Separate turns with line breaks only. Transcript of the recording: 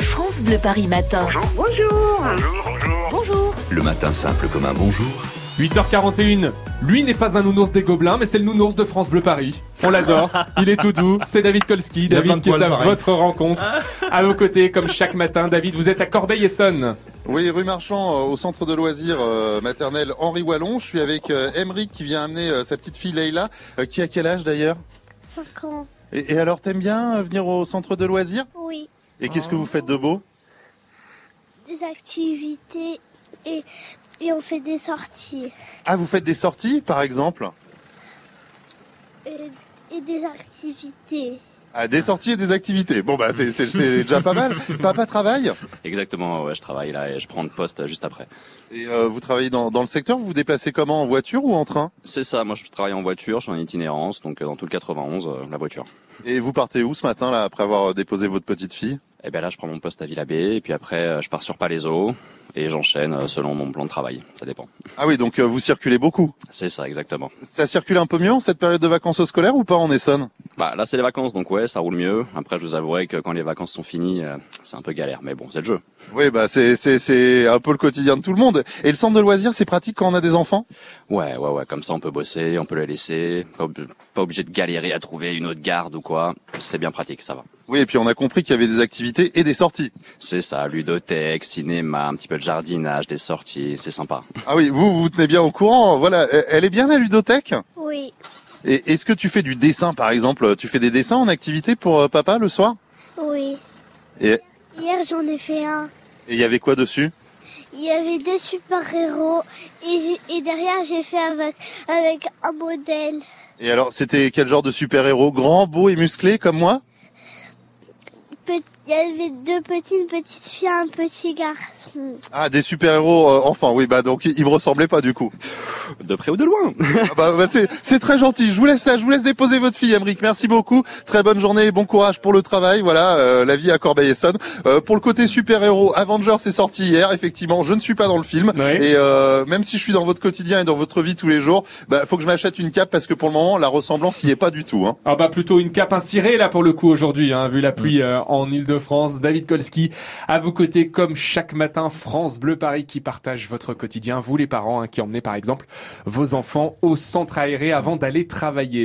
France Bleu Paris Matin.
Bonjour.
Bonjour.
Le matin simple comme un bonjour.
8h41. Lui n'est pas un nounours des Gobelins, mais c'est le nounours de France Bleu Paris. On l'adore. Il est tout doux. C'est David Kolski.
a
David
plein de
qui est
poils,
à
pareil.
votre rencontre. À vos côtés, comme chaque matin, David, vous êtes à Corbeil-Essonne.
Oui, rue Marchand, euh, au centre de loisirs euh, maternel Henri Wallon. Je suis avec euh, Emery qui vient amener euh, sa petite fille Leïla, euh, qui a quel âge d'ailleurs
5 ans,
et, et alors, t'aimes bien euh, venir au centre de loisirs
oui.
Et qu'est-ce que vous faites de beau
Des activités et, et on fait des sorties.
Ah, vous faites des sorties, par exemple
Et, et des activités.
ah, des sorties et des activités. Bon bah c'est c'est- c'est déjà pas mal. Papa travaille.
Exactement, ouais, je travaille là et je prends le poste euh, juste après.
Et euh, vous travaillez dans, dans le secteur. Vous vous déplacez comment en voiture ou en train
C'est ça, moi je travaille en voiture, je suis en itinérance, donc euh, dans tout le 91, euh, la voiture.
Et vous partez où ce matin là après avoir euh, déposé votre petite fille
Et bien là, je prends mon poste à Villabé, et puis après, euh, je pars sur Palaiso, et j'enchaîne euh, selon mon plan de travail, ça dépend.
Ah oui, donc euh, vous circulez beaucoup.
C'est ça, exactement.
Ça circule un peu mieux en cette période de vacances scolaires ou pas en Essonne
Bah là, c'est les vacances, donc ouais, ça roule mieux. Après, je vous avouerai que quand les vacances sont finies, euh, c'est un peu galère, mais bon, c'est le jeu.
Oui, bah c'est c'est c'est un peu le quotidien de tout le monde. Et le centre de loisirs, c'est pratique quand on a des enfants.
Ouais, ouais, ouais, comme ça, on peut bosser, on peut les laisser, pas, ob- pas obligé de galérer à trouver une autre garde ou quoi. C'est bien pratique, ça va.
Oui, et puis on a compris qu'il y avait des activités et des sorties.
C'est ça, ludothèque, cinéma, un petit peu de jardinage, des sorties, c'est sympa.
Ah oui, vous vous vous tenez bien au courant. Voilà, Euh, elle est bien la ludothèque.
Oui,
Et est-ce que tu fais du dessin, par exemple Tu fais des dessins en activité pour euh, papa le soir
oui.
Et-
Hier j'en ai fait un.
Et il y avait quoi dessus
Il y avait deux super-héros et, j'ai- et derrière j'ai fait avec, avec un modèle.
Et alors, c'était quel genre de super héros Grand, beau et musclé comme moi
Pe- Il y avait deux petites, une petite fille et un petit garçon.
Ah, des super héros. enfin, oui, bah donc il il me ressemblait pas du coup.
De près ou de loin
Ah bah, bah, c'est, c'est très gentil. Je vous laisse là, je vous laisse déposer votre fille, Emric. Merci beaucoup. Très bonne journée et bon courage pour le travail. Voilà, euh, la vie à Corbeil-Essonne. Euh, pour le côté super-héros, Avengers est sorti hier. Effectivement, je ne suis pas dans le film.
Ouais.
Et euh, même si je suis dans votre quotidien et dans votre vie tous les jours, bah faut que je m'achète une cape parce que pour le moment, la ressemblance y est pas du tout. Hein.
Ah bah plutôt une cape incirée là pour le coup aujourd'hui, hein, vu la pluie euh, en Ile-de-France. David Kolski à vos côtés comme chaque matin, France Bleu Paris qui partage votre quotidien, vous les parents hein, qui emmenez par exemple vos enfants au centre aéré avant d'aller travailler.